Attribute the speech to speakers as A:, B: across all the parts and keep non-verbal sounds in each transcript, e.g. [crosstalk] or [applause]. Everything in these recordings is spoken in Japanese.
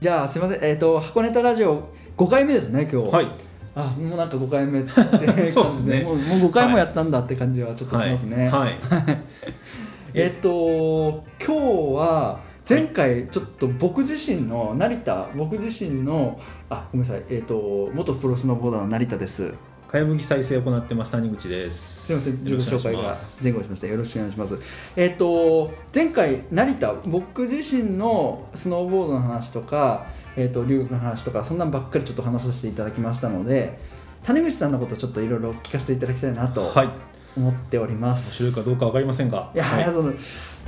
A: じゃあすいませんえっ、と箱ネタラジオ5回目ですね今日
B: はい
A: あもうなんか5回目って感じ
B: [laughs] そうですね
A: もうもう5回もやったんだって感じはちょっとしますね、
B: はい、
A: [laughs]
B: はい
A: えっと今日は前回ちょっと僕自身の成田僕自身のあごめんなさいえっ、と元プロスノーボーダーの成田です
B: かやぶき再生を行ってます谷口です
A: すみません自
B: よろ
A: 己
B: しくお
A: 紹介
B: 願いしま
A: が
B: す
A: 前後しましたよろしくお願いしますえっ、と前回成田僕自身のスノーボードの話とかえっ、と留学の話とかそんなんばっかりちょっと話させていただきましたので谷口さんのことちょっといろいろ聞かせていただきたいなと
B: はい面
A: 思っております、
B: 白いかどうかわかりませんが
A: いや、
B: はい
A: いやその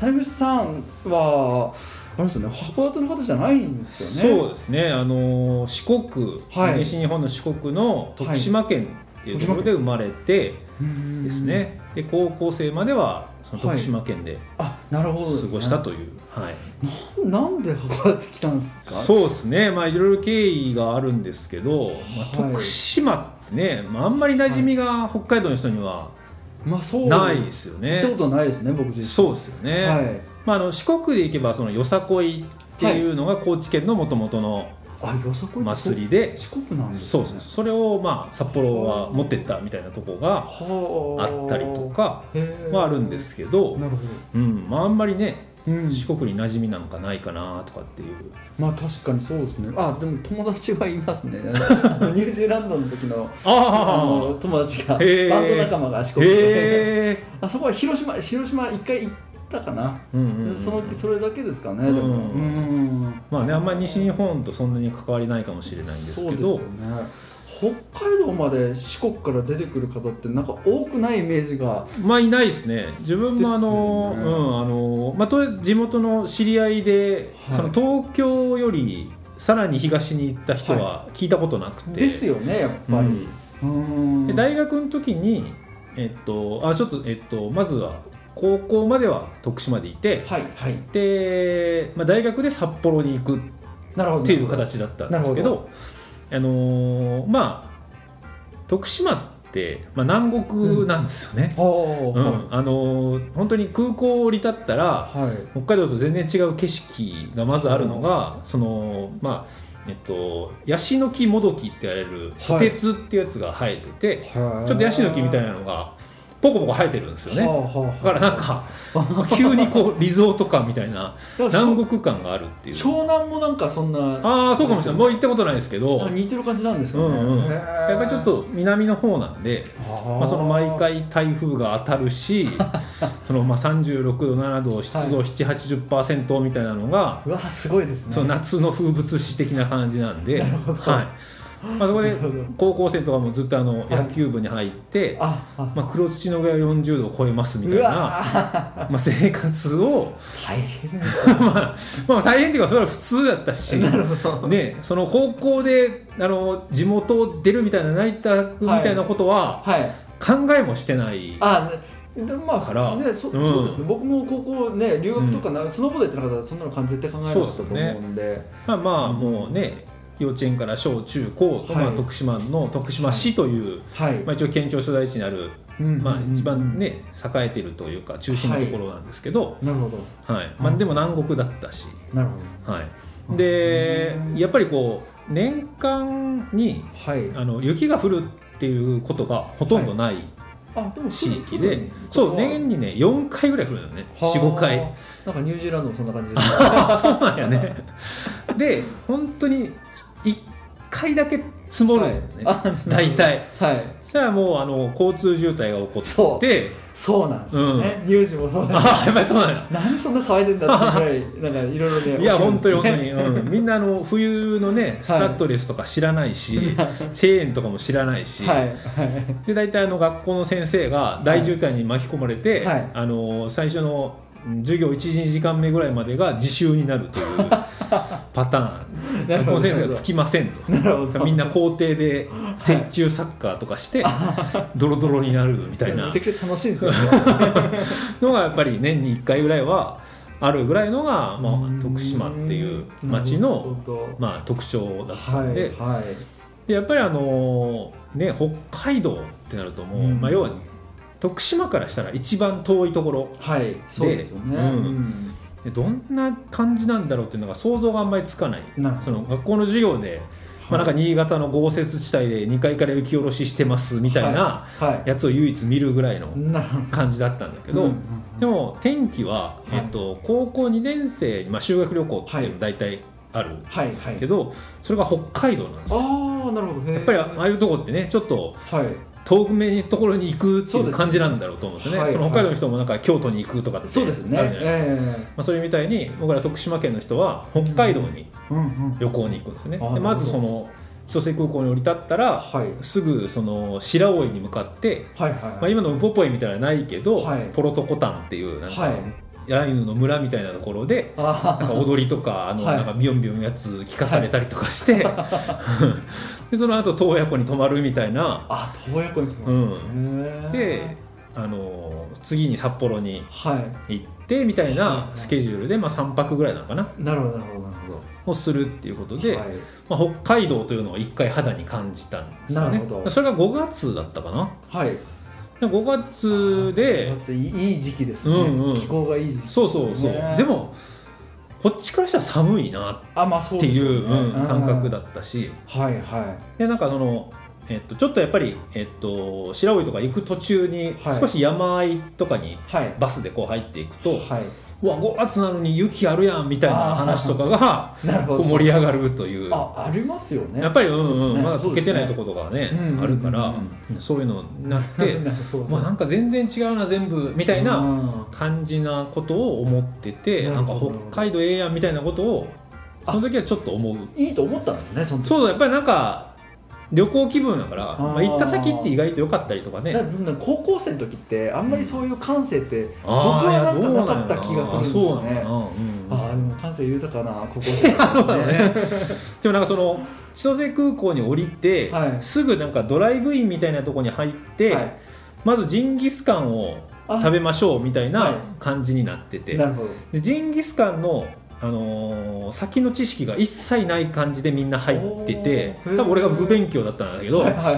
A: 谷口さんはあれですよね函館の方じゃないんですよ
B: そう
A: ね
B: ですねあのー四国、
A: はい
B: 西日本の四国の徳島県っていうところで生まれて
A: そう
B: ですね、で高校生まではその
A: はい
B: 徳島県で
A: あなるほど、
B: 過ごしたという、はい
A: ななんで函館来たんですか
B: そうですねまあいろいろ経緯があるんですけど、まあ、
A: はい
B: 徳島ってね、まあ、あんまり馴染みが北海道の人には
A: まあそう
B: ないですよ
A: 行
B: ね、
A: ったことないですね僕自身
B: そうですよね、
A: はい
B: まあ、あの四国で行けばそのよさこいっていうのが高知県のもともとの
A: あよさこいって
B: 祭りで、
A: そう四国なんです
B: そ
A: ね
B: うそうそれをまあ札幌は持ってったみたいなとこが
A: は
B: あったりとか
A: へー
B: はあるんですけど、
A: なるほ
B: うんまあ、あんまりね
A: ど、うん
B: 四国に馴染みなんかないかなとかっていう
A: まあ確かにそうですねあでも友達はいます
B: [laughs]
A: ねあのニュージーランドの時のあの
B: あ
A: 友達がバ
B: へー
A: ンド仲間が四
B: あ
A: 国で
B: へえ、
A: [laughs] あそこは広島広島一回行ったかな、
B: うんうんうん
A: そのそれだけですかね、でも
B: うん
A: うん
B: まあねあんまり西日本とそんなに関わりないかもしれないんですけ
A: そう
B: ど
A: ですよね北海道まで四国から出てくる方ってなんか多くないイメージが
B: まあいないですね自分もあの、
A: です
B: う
A: よね
B: んあのまあとりあえず地元の知り合いで、
A: はい
B: その東京よりさらに東に行った人は聞いたことなくて、
A: ですよねやっぱり、うん
B: で大学の時にえっとあちょっとえっとまずは高校までは徳島でいて、
A: はいはい
B: で、まあ、大学で札幌に行く
A: なるほど
B: っていう形だったんですけ
A: なる
B: どあのーまあ徳島って、まあ、南国なんですよね、
A: あー
B: う
A: は
B: ん、あのー本当に空港を降り立ったら
A: いはい
B: 北海道と全然違う景色がまずあるのが、そのまあえっとヤシの木もどきって言われるソテツってやつが生えてて、
A: はい
B: ちょっとヤシの木みたいなのがポコポコ生えてるんですよね、
A: はあはあはあ
B: だからなんか急にこうリゾート感みたいな
A: だから
B: 南国感があるっていう
A: 湘南もなんかそんな
B: ああそうかもしれないもう行ったことないですけど
A: なんか似てる感じなんです
B: う
A: かね、
B: んうん、
A: へー
B: やっぱりちょっと南の方なんで、
A: あ
B: まあ、その毎回台風が当たる
A: [laughs]
B: しそのまあ36度7度湿度780%みたいなのが、
A: うわすごいですね
B: その夏の風物詩的な感じなんで、
A: な
B: はい
A: るほど
B: まあ、そこで
A: なるほど
B: 高校生とかもずっとあの
A: はい
B: 野球部に入って、
A: ああ、
B: まあ、黒土の上は40度を超えますみたいうな、
A: わ
B: まあ、生活を、
A: ー大変です
B: [laughs] まあ、まあ大変っていうかそれは普通だったし。
A: ねなるほど
B: ね、その高校であの地元を出るみたいな成田君みたいなことは
A: はい
B: 考えもしてない
A: あねでまあ
B: から
A: ねそ,、
B: うん
A: そうですね僕も高校ね留学とかな、スノーボードやってなかったらそんなの感じ絶対考えなかったと
B: そう
A: 思
B: ですね
A: うんで
B: まあまあもうね幼稚園から小中高と、
A: はい
B: まあ、徳島の徳島市という、
A: はい、
B: まあ、一応県庁所在地にある、
A: うん
B: まあ、
A: うん
B: 一番ね栄えてるというか中心のところなんですけど、
A: なるほど
B: はいまあ、でも南国だったし、
A: なるほ
B: はい、で
A: うん
B: やっぱりこう年間に
A: どはい
B: あの雪が降るっていうことがほとんどない
A: あでも
B: 地
A: そ
B: 域
A: う
B: で、
A: なんだ
B: そう年にね4回ぐらい降るのよね
A: はあ
B: 45回。
A: なんかニュージーランドもそんな感じ
B: [laughs]
A: ですね
B: そうなんやね。で、本当に1回だけ積もるのよね、
A: はい
B: 大体。
A: はい
B: そしたらもうあの交通渋滞が起こ
A: そ
B: っ
A: う
B: て、
A: そうなんですよね、ニュージーもそうなんです
B: ああ、やっぱりそうなんや。
A: 何そんな騒いでんだってぐらいなんかいろいろね
B: [laughs] いや、
A: 起きるん
B: 本
A: です
B: 当
A: ね
B: に本当に、うん、みんなあの冬のね、スタッドレスとか知らない
A: [laughs]
B: し、チェーンとかも知らないし、
A: はいはい
B: で大体あの学校の先生が大渋滞に巻き込まれて、
A: はい
B: あの最初のうん授業12時間目ぐらいまでが自習になるというパター
A: [laughs]
B: ン
A: なる
B: 学
A: ほど
B: 校の先生がつきませんと
A: なるほど
B: みんな校庭で折衷サッカーとかして、ドロドロになるみたいな
A: めちゃくちゃ楽しいんですよね
B: のがやっぱり年に1回ぐらいはあるぐらいのが、 [laughs] ま
A: うん
B: あ、徳島っていう町の、
A: なるほど
B: まあ、特徴だった
A: は
B: んで,、
A: いはい
B: でやっぱりあのね北海道ってなるともう、
A: うん
B: まあ、要は徳島からしたら一番遠いところ
A: はい、そうですよね。
B: うん
A: うん
B: でどんな感じなんだろうっていうのが想像があんまりつかない
A: なるほ
B: そ
A: ど
B: の学校の授業で、まあ、なんか新潟の豪雪地帯で2階から雪下ろししてますみたいな
A: はい
B: やつを唯一見るぐらいの
A: なるほど
B: 感じだったんだけ
A: け
B: ど、
A: うん
B: でも天気は、
A: はい
B: えっと、高校2年生に、まあ、修学旅行っていうの大体ある
A: はいはい
B: けど、それが北海道なんですよ。
A: ああなるほど
B: やっぱり
A: は
B: ああいうとこってねちょっと
A: い
B: 遠めにところに行くって
A: そう
B: い
A: で
B: う
A: すね
B: 感じなんだろうと思うんですよね。
A: はい
B: その北海道の人もなんか京都に行くとかって
A: そうですね
B: あるじゃないですか。
A: え
B: まあ、それみたいに僕ら徳島県の人は北海道に
A: えうんうん
B: 旅行に行くんですよね。
A: あー
B: でまず
A: なる
B: その千歳空港に降り立ったら
A: はい
B: すぐその白老に向かって、
A: はい
B: ま
A: は
B: あ、
A: い
B: 今のウポポイみたいなのはないけど、
A: はい
B: ポロトコタンっていうなんか、
A: はい
B: アイヌの村みたいなところで
A: [laughs] あ
B: なんか踊りとかあの
A: はい
B: なんかビヨンビヨンやつ聞かされたりとかして、 [laughs] でその後洞爺湖に泊まるみたいな
A: ああ洞爺湖に来てん
B: であの次に札幌に
A: は
B: 行ってみたい
A: はい
B: な
A: はい
B: スケジュールで、まあ、3泊ぐらいなのかない
A: なるほどなるほどなるほ
B: をするっていうこと
A: ど
B: で、
A: はい
B: まあ、北海道というのを一回肌に感じたんですよ
A: な
B: ね
A: るほど
B: それが5月だったかな
A: はい
B: で5月で
A: 夏いいいい時期ですね、
B: うんうん
A: 気候がいい時期
B: そうそうそう、
A: ね
B: でもこっちからしたら寒いな
A: あまあそ
B: っ
A: う
B: て
A: で
B: い
A: すよ
B: う
A: ね
B: うん感覚だ
A: うん
B: ったし
A: はいはい
B: でなんかその、えっと、ちょっとやっぱり、えっと、白老とか行く途中に
A: はい
B: 少し山あいとかに
A: はい
B: バスでこう入っていくと、
A: はい、
B: うわ5月なのに雪あるやんみたいな話とかが
A: なるほ
B: こう
A: ど
B: 盛り上がるという。
A: あありますよね
B: やっぱり、うん
A: そうで
B: う
A: す
B: ん
A: ね
B: まだ溶けてないと
A: そ
B: ころがね
A: うんうんうんうん
B: あるから、そういうのになっ
A: うで
B: て
A: すね [laughs] なるほど
B: まあなんか全然違うな全部みたいな
A: うん
B: 感じなことを思ってて
A: な
B: な
A: る
B: んか
A: ほど
B: 北海道ええやんみたいなことをその時はちょっと思う
A: いいと思ったんですねその時
B: そうだやっぱりなんか旅行気分だから
A: ー
B: まあ、行った先って意外と良かったりとかね
A: だから高校生の時ってあんまりそういう感性って、
B: あー
A: 僕はなんか
B: いやどう
A: なかった気がするんですよね
B: そう
A: あ
B: な
A: あ
B: ん
A: でも感性豊かな高校生だ
B: だ
A: っ
B: な
A: た
B: うんん
A: で
B: ねでもなんかその千歳空港に降りて、
A: はい
B: すぐなんかドライブインみたいなとこに入って、
A: はい
B: まずジンギスカンを
A: あ
B: 食べましょうみたい
A: はい
B: な感じになってて、
A: なるほど
B: でジンギスカンの、あのー先の知識が一切ない感じでみんな入ってて
A: お
B: 多
A: ーへー
B: 分俺が不勉強だったんだけど、
A: はいはい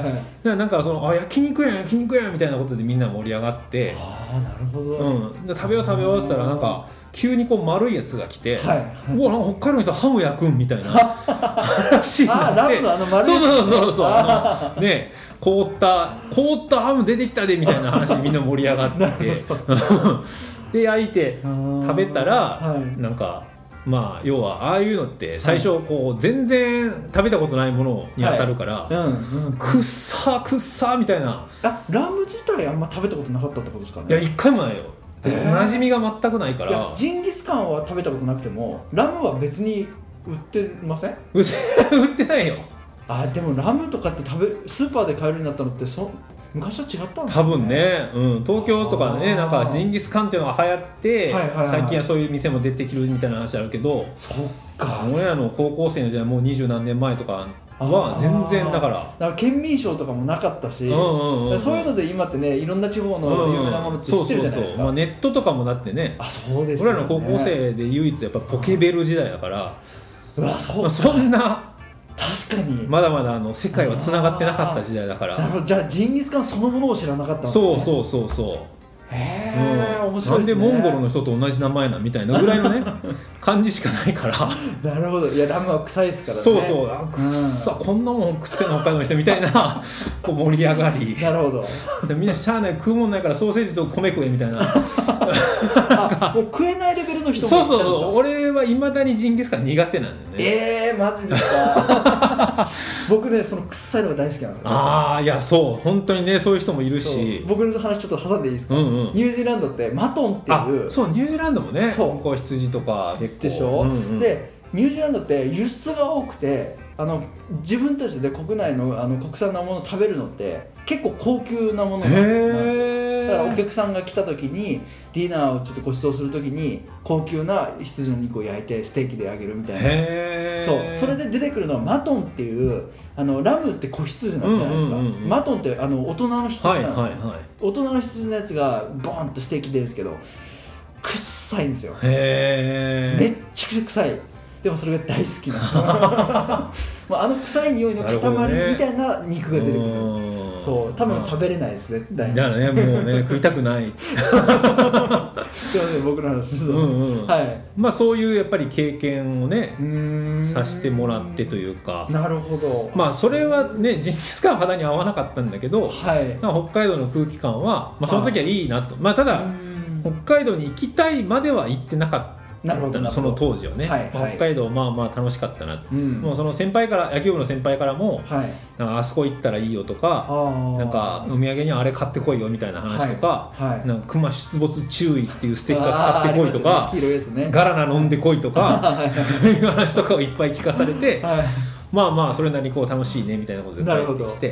A: はい
B: なんかそのあ焼肉やん焼肉やんみたいなことでみんな盛り上がって、
A: ああなるほど、
B: う
A: はい
B: ん、で食べよう食べようって言ったらなんか急にこう丸いやつが来て、
A: は
B: うわなんか北海道の人ハム焼くんみたいな話
A: い
B: に
A: ああ
B: な
A: ラ
B: って
A: ムのあの丸い
B: そうそうそうそう
A: あ
B: あのね凍った凍ったハム出てきたでみたいな話みんな盛り
A: [laughs]
B: 上がって [laughs] で焼いて
A: 食
B: 食べたら、
A: はい、
B: なんかまあ要はああいうのって最初こう全然食べたことないものに当たるから、
A: うんうん
B: くっさーくっさーみたいな
A: あラム自体あんま食べたことなかったってことですかね
B: いや一回もないよ
A: えー
B: 馴染みが全くないか
A: いや
B: ら
A: ジンギスカンは食べたことなくてもラムは別に売ってません
B: うぜ [laughs] 売ってないよ
A: あでもラムとかって食べスーパーで買えるようになったのってそ昔は違ったんです
B: 多分ね、うん、東京とか
A: あ
B: ね
A: ー
B: なんかジンギスカンっていうのが流行って、
A: はいはいはい
B: 最近はそういう店も出てきるみたいな話あるけど
A: そっか
B: 俺らの高校生の時代もう二十何年前とかは全然だから
A: だから県民賞とかもなかったし、
B: うんうんう
A: だ
B: ん
A: からそういうので今ってねいろんな地方の有名なものって知ってるじゃないですか、
B: うんうんそうそうそうまあ、ネットとかもだってね
A: あそうです
B: 俺
A: よ
B: らの高校生で唯一やっぱポケベル時代だから、
A: うわそう、
B: まあ、そんな
A: 確かに、
B: まだまだあの世界はつながってなかった時代だか
A: なる
B: ら
A: ほどじゃあジンギスカンそのものを知らなかったんですね
B: そうそうそうそう
A: へえ、
B: うん
A: 面白いですね
B: なんでモンゴルの人と同じ名前なんみたいなぐらい [laughs] のね感じしかない [laughs] から
A: なるほどいやラムは臭いですからね
B: そうそうあくっさ、こんなもん食ってんの北海道の人みたいな [laughs] こう盛り上がり
A: なる
B: [laughs]
A: ほど
B: でみんなしゃあない食うもんないからソーセージと米食えみたいな
A: あもう食えないレベルの人
B: そう
A: も
B: そう
A: いたんですか
B: そう俺はいまだにジンギスカン苦手なんだよね
A: えー、マジですか
B: [laughs]
A: 僕ねその臭いのが大好きなんですよ
B: ああいやそう本当にねそういう人もいる
A: そう
B: し
A: 僕の話ちょっと挟んでいいですか、
B: うんうん
A: ニュージーランドってマトンって
B: あ
A: いう
B: そうニュージーランドもね
A: そう
B: こう羊とか結構
A: でしょ、
B: うんうん
A: でニュージーランドって輸出が多くてあの自分たちで国内のあの国産のものを食べるのって結構高級なものなんですよ
B: へえ
A: だからお客さんが来た時にディナーをちょっとご馳走する時に高級な羊の肉を焼いてステーキであげるみたいな
B: へえ
A: そうそれで出てくるのはマトンっていうあのラムって子羊なんじゃないですか、
B: うんうんうんうん
A: マトンってあの大人の羊
B: は
A: ないの、
B: はいはい
A: 大人の羊のやつがボーンとステーキ出るんですけどくっさいんですよ
B: へ
A: めっ
B: え
A: ちゃくちゃ臭いでもそれが大好き
B: [laughs]
A: なんですよまああの臭い匂いの塊みたいな肉が出てくる
B: うん
A: そう多分食
B: べ
A: べれないですね絶
B: だ
A: 対に
B: からねもうね食いた
A: [laughs]
B: くない
A: すいません僕の話です、
B: うんうん
A: はい
B: まあそういうやっぱり経験をね
A: さ
B: さしてもらってと
A: う
B: いうか
A: ーんなるほど
B: まあそれはねジンギスカンは肌に合わなかったんだけど
A: はい
B: まあ北海道の空気感は、まあ、その時はいいなとまあただ、
A: うーん
B: 北海道に行きたいまでは行ってなか
A: なる
B: っ
A: ほ
B: た
A: ど
B: なその当時はね、
A: はい
B: まあ
A: はい
B: 北海道まあまあ楽しかったな
A: 時うん
B: もうその先輩から野球部の先輩からも
A: はい
B: なんかあそこ行ったらいいよと
A: あ
B: か
A: ー
B: なんかお土産にあれ買ってこいよみたいな話とか,、
A: はいはい
B: なんか熊出没注意っていうステッカー買ってこいと
A: あーあ
B: か、
A: りますね黄色いやつね
B: ガラナ飲んでこいとか
A: はい
B: いう話とかをいっぱい聞かされて
A: は
B: まあまあそれなりにこう楽しいねみたいなことで帰
A: なるほ
B: っ
A: ど
B: てきて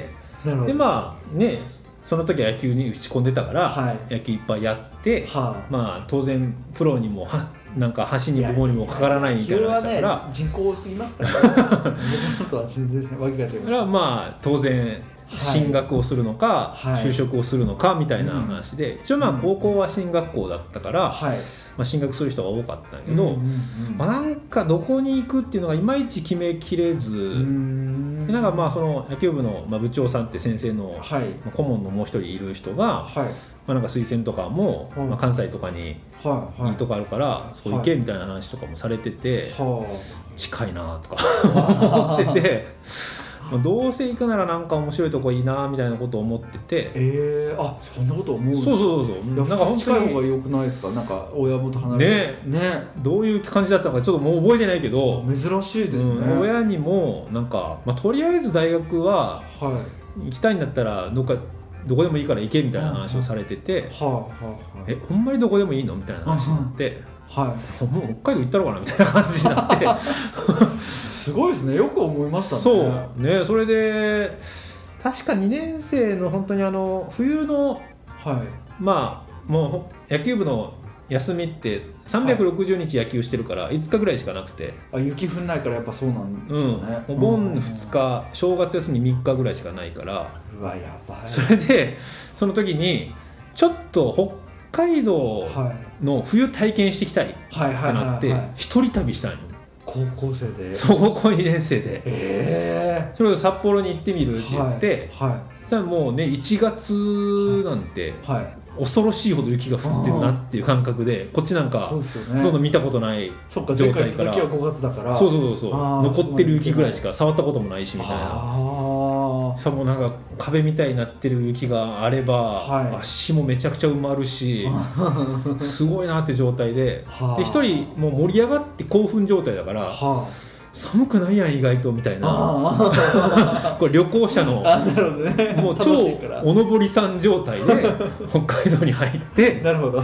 A: いなるほど
B: でまあねその時は野球に打ち込んでたから、
A: はい
B: 野球いっぱいやって、
A: は
B: まあ当然プロにもはなんか橋にも棒にもかからな
A: い
B: いみ
A: 黄
B: たい
A: 色
B: ない
A: は
B: 話だ
A: ね
B: から、
A: 人口多すぎますからね僕のとは全然わけが違い
B: そ
A: ま
B: れはまあ当然
A: はい
B: 進学をするのか、
A: はい
B: 就職をするのかみたいな話で、一応まあ高校は進学校だったから、ます
A: はい
B: あ、進学する人が多かったんだけど、
A: うんうんうん
B: まあ、なんかどこに行くっていうのがいまいち決めきれず、
A: うーん
B: でなんかまあその野球部のまあ部長さんって先生の
A: はい
B: まあ顧問のもう一人いる人が、
A: はい
B: まあ、なんか推薦とかも、
A: うん
B: まあ、関西とかに
A: はいはい
B: いいとこあるから、そこ行けみたいな話とかもされてて、
A: は
B: 近いなとか
A: あ
B: 思っててまあどうせ行くならなんか面白いとこいいなみたいなことを思ってて
A: ええあそんなこと思う
B: そ
A: の
B: うそうそうそ
A: い
B: うな
A: や
B: んか本
A: 近
B: 当
A: い方
B: に
A: が良くないですかなんか親元離れてね
B: どういう感じだったのかちょっともう覚えてないけど、
A: 珍しいですね、
B: うん親にもなんか、まあ、とりあえず大学
A: は
B: は
A: い
B: 行きたいんだったらどっかどこでもいいから行けみたいな話をされてて
A: はあはあは
B: えほんまにどこでもいいのみたいな話になって
A: あは
B: もう北海道行ったのかなみたいな感じになっ
A: [laughs]
B: て。
A: いすごいですねよく思いましたね
B: そうねそれで確か2年生の本当にあの冬の
A: はい
B: まあもうほ野球部の休みって360日野球してるから5日ぐらいしかなくて、
A: あ雪降んないからやっぱそうなんで
B: う
A: すよ
B: ん
A: ね、
B: お盆2日、正月休み3日ぐらいしかないから、
A: うんうわやばい
B: それでその時にちょっと北海道
A: はい
B: の冬体験してきたいって
A: はいはい
B: なっ
A: はい、
B: て
A: はい、
B: 一人旅したんよ
A: 高校生で
B: そう高校2年生で
A: え
B: それこそ札幌に行ってみ
A: え
B: るって言って、
A: は
B: さあもうね1月なんて
A: いはい、はい、
B: 恐ろしいほど雪が降ってるなっていう感覚でこっちなんか
A: そう
B: ほ
A: ですよ
B: とんど
A: ね
B: 見たことない
A: そっか
B: 状
A: 前
B: 態
A: 回行っ
B: か
A: た
B: ら
A: 時は5月だから
B: そう
A: う
B: そうそう
A: あー
B: そう残ってる雪ぐらいしか触ったこともないしみたいな
A: あ
B: さあもうなんか壁みたいになってる雪があれば、
A: はい
B: 足もめちゃくちゃ埋ま
A: [laughs]
B: るし
A: あ
B: すごいなって状態で。
A: はあ
B: で一人もう盛り上がって興奮状態だから
A: は
B: 寒くないやん意外とみたい
A: あ
B: な
A: ああ
B: これ旅行者の
A: あなるほどね
B: もう超
A: 楽しいから
B: おのぼりさん状
A: [laughs]
B: 態で北海道に入って
A: なるほど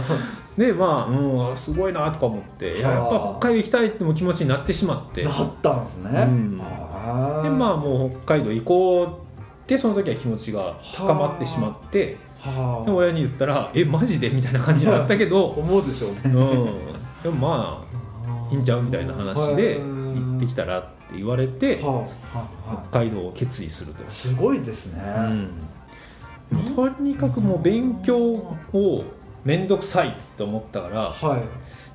B: でまあ、うん、すごいなとか思っていや
A: はあ
B: やっぱ北海道行きたいっても気持ちになってしまってで
A: なったんですね、
B: うん
A: あー
B: まあもう北海道行こうってその時は気持ちが高まってしまって
A: は
B: で
A: あ
B: 親に言ったら「えマジで?」みたいな感じになったけど、
A: 思うでしょうね
B: うん、でもまあいいんちゃうみたいな話で行ってき
A: た
B: たらって言われて
A: はあはあは
B: 北海道を決意すると
A: あ、。すごいですね、
B: うん、とにかくもう勉強を面倒くさいと思ったから
A: はい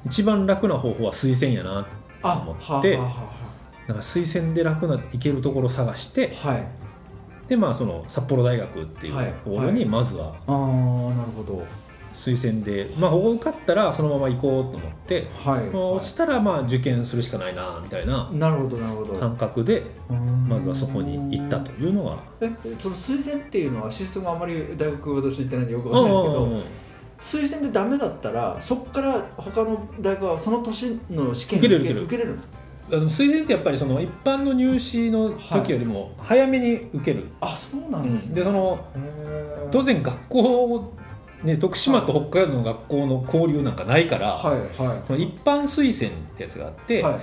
B: 一番楽な方法は推薦やな
A: あ
B: 思
A: はあ
B: って
A: は
B: なんか推薦で楽な行けるところ探して
A: あはあはい
B: でまあその札幌大学っていう
A: はい
B: ところに
A: は
B: まずは
A: あーなるほど
B: 推薦で、まあここ受かったらそのまま行こうと思って、
A: はい、
B: まあ落ちたらまあ受験するしかないなみたいな
A: なるほどなるほど
B: 感覚でま
A: ま
B: ずはそこに行ったというのが。
A: えその推薦っていうのはシステムあんまり大学私行ってないんでよく
B: う
A: わかんないけ
B: んうん
A: ど
B: うん
A: 推薦でダメだったらそこから他の大学はその年の試験
B: 受けれる
A: 受けれるの
B: あの推薦ってやっぱりその一般の入試の時よりも早めに受ける、
A: あそうな
B: うん
A: です
B: ん
A: ね、
B: でその
A: へー
B: 当然学校、ね、徳島と北海道の学校の交流なんかないから、
A: はいはい
B: その一般推薦ってやつがあって、
A: はい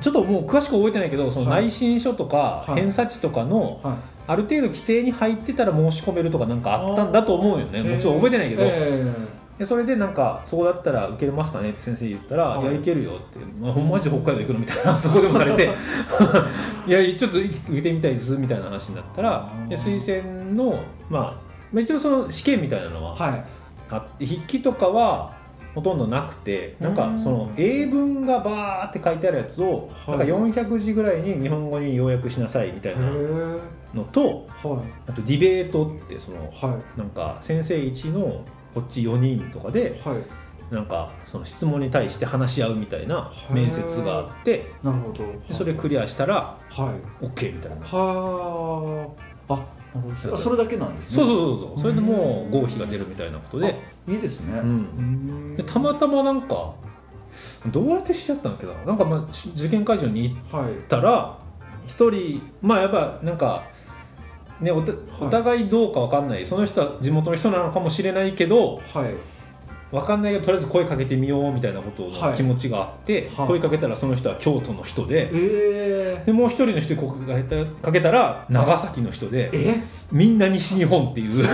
B: ちょっともう詳しく覚えてないけどその
A: はい
B: 内申書とか
A: はい
B: 偏差値とかの
A: は
B: ある程度規定に入ってたら申し込めるとかなんかあったんだと思うよね
A: い
B: もうちろん覚えてないけど、
A: えー
B: でそれでなんかそこだったら受けれますかねって先生言ったら「
A: はい
B: い、やいけるよ」って「まあ、ほんまじ北海道行くの?」みたいな [laughs] そこでもされて「いやちょっと受けてみたいです」みたいな話になったら
A: あー
B: で推薦のまあまあ一応その試験みたいなのは
A: はい
B: あって筆記とかはほとんどなくてなん
A: う
B: か
A: ん
B: その英文がバーって書いてあるやつを
A: は
B: ないんか400字ぐらいに日本語に要約しなさいみたいなのと
A: は
B: あとディベートってそ
A: い
B: の
A: は
B: なんか先生1のこっち4人とか
A: い
B: で
A: はい
B: なんかその質問に対して話し合うみたいな
A: へー
B: 面接があって
A: なるほど
B: でそれクリアしたら
A: はい
B: OK みたいな。
A: はああなるほどそれだけなんですね
B: そう
A: う
B: そうそうそうそれでもう合否が出るみたいなことで,、
A: いいですね
B: う、
A: うんん
B: でたまたまなんかどうやって知り合ったんだっけどなんかまあし受験会場に行っ
A: はい
B: たら一人まあやっぱなんか、ね、おたお互いどうかわかんないその人は地元の人なのかもしれないけど
A: はい
B: わかんないけどとりあえず声かけてみようみたいなこと
A: は
B: の
A: い
B: 気持ちがあって、
A: はい
B: 声かけたらその人は京都の人で。
A: え
B: でもう一人の人に声かけたかけたら長崎の人
A: ー、
B: で
A: え
B: みんな西日本っていう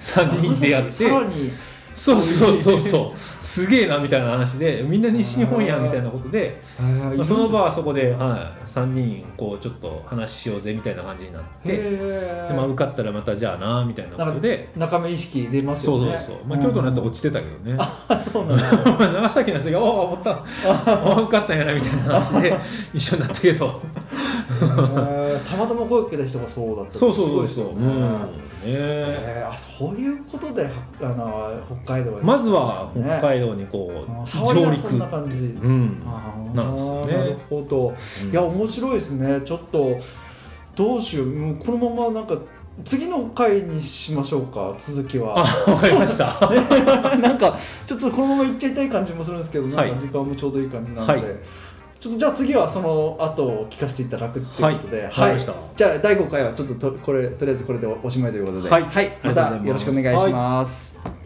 B: 3 [laughs] 人でやって
A: さらに
B: そうそうそうそうすげえなみたいな話でみんな西日本やみたいなことで、
A: えー
B: まあ、その場はそこで、はい、3人こうちょっと話しようぜみたいな感じになって、で
A: へ
B: まあ、
A: ー
B: 受かったらまたじゃあなみたいなことで。
A: 仲間意識出ます
B: そ
A: よ
B: う
A: ね
B: そうそう、まあ、京都のやつは落ちてたけどね、
A: あそう
B: [laughs]
A: なんだ
B: 長崎のやつが「おお、思った、おお、受かったんやな」みたいな話で一緒になったけど、
A: へーたまたま声かけた人がそうだったって
B: そうそう
A: すご
B: そ
A: いうです
B: そう、
A: よ
B: うん
A: ね
B: ね、
A: えーあそういうことではあの北海道へ
B: まずは
A: ね
B: 北海道にこ
A: あー
B: う、
A: 触り
B: 上
A: は
B: 陸
A: そ、んな感じ、
B: うん、
A: あー
B: なんですよね
A: なるほどいや面白いですねちょっとどうしようもうこのままなんか次の回にしましょうか続きは
B: あわかりました。
A: [laughs] なんかちょっとこのまま行っちゃいたい感じもするんですけどなん
B: は
A: か
B: い
A: 時間もちょうどいい感じなので、
B: はい
A: ちょっとじゃあ次はその後を聞かせていただくっていうことで、
B: わかりました
A: じゃあ第5回はちょっととこれとりあえずこれでおしまいということで
B: はい
A: はい、ま
B: ありがとうござい
A: た
B: ます
A: よろしくお願いします。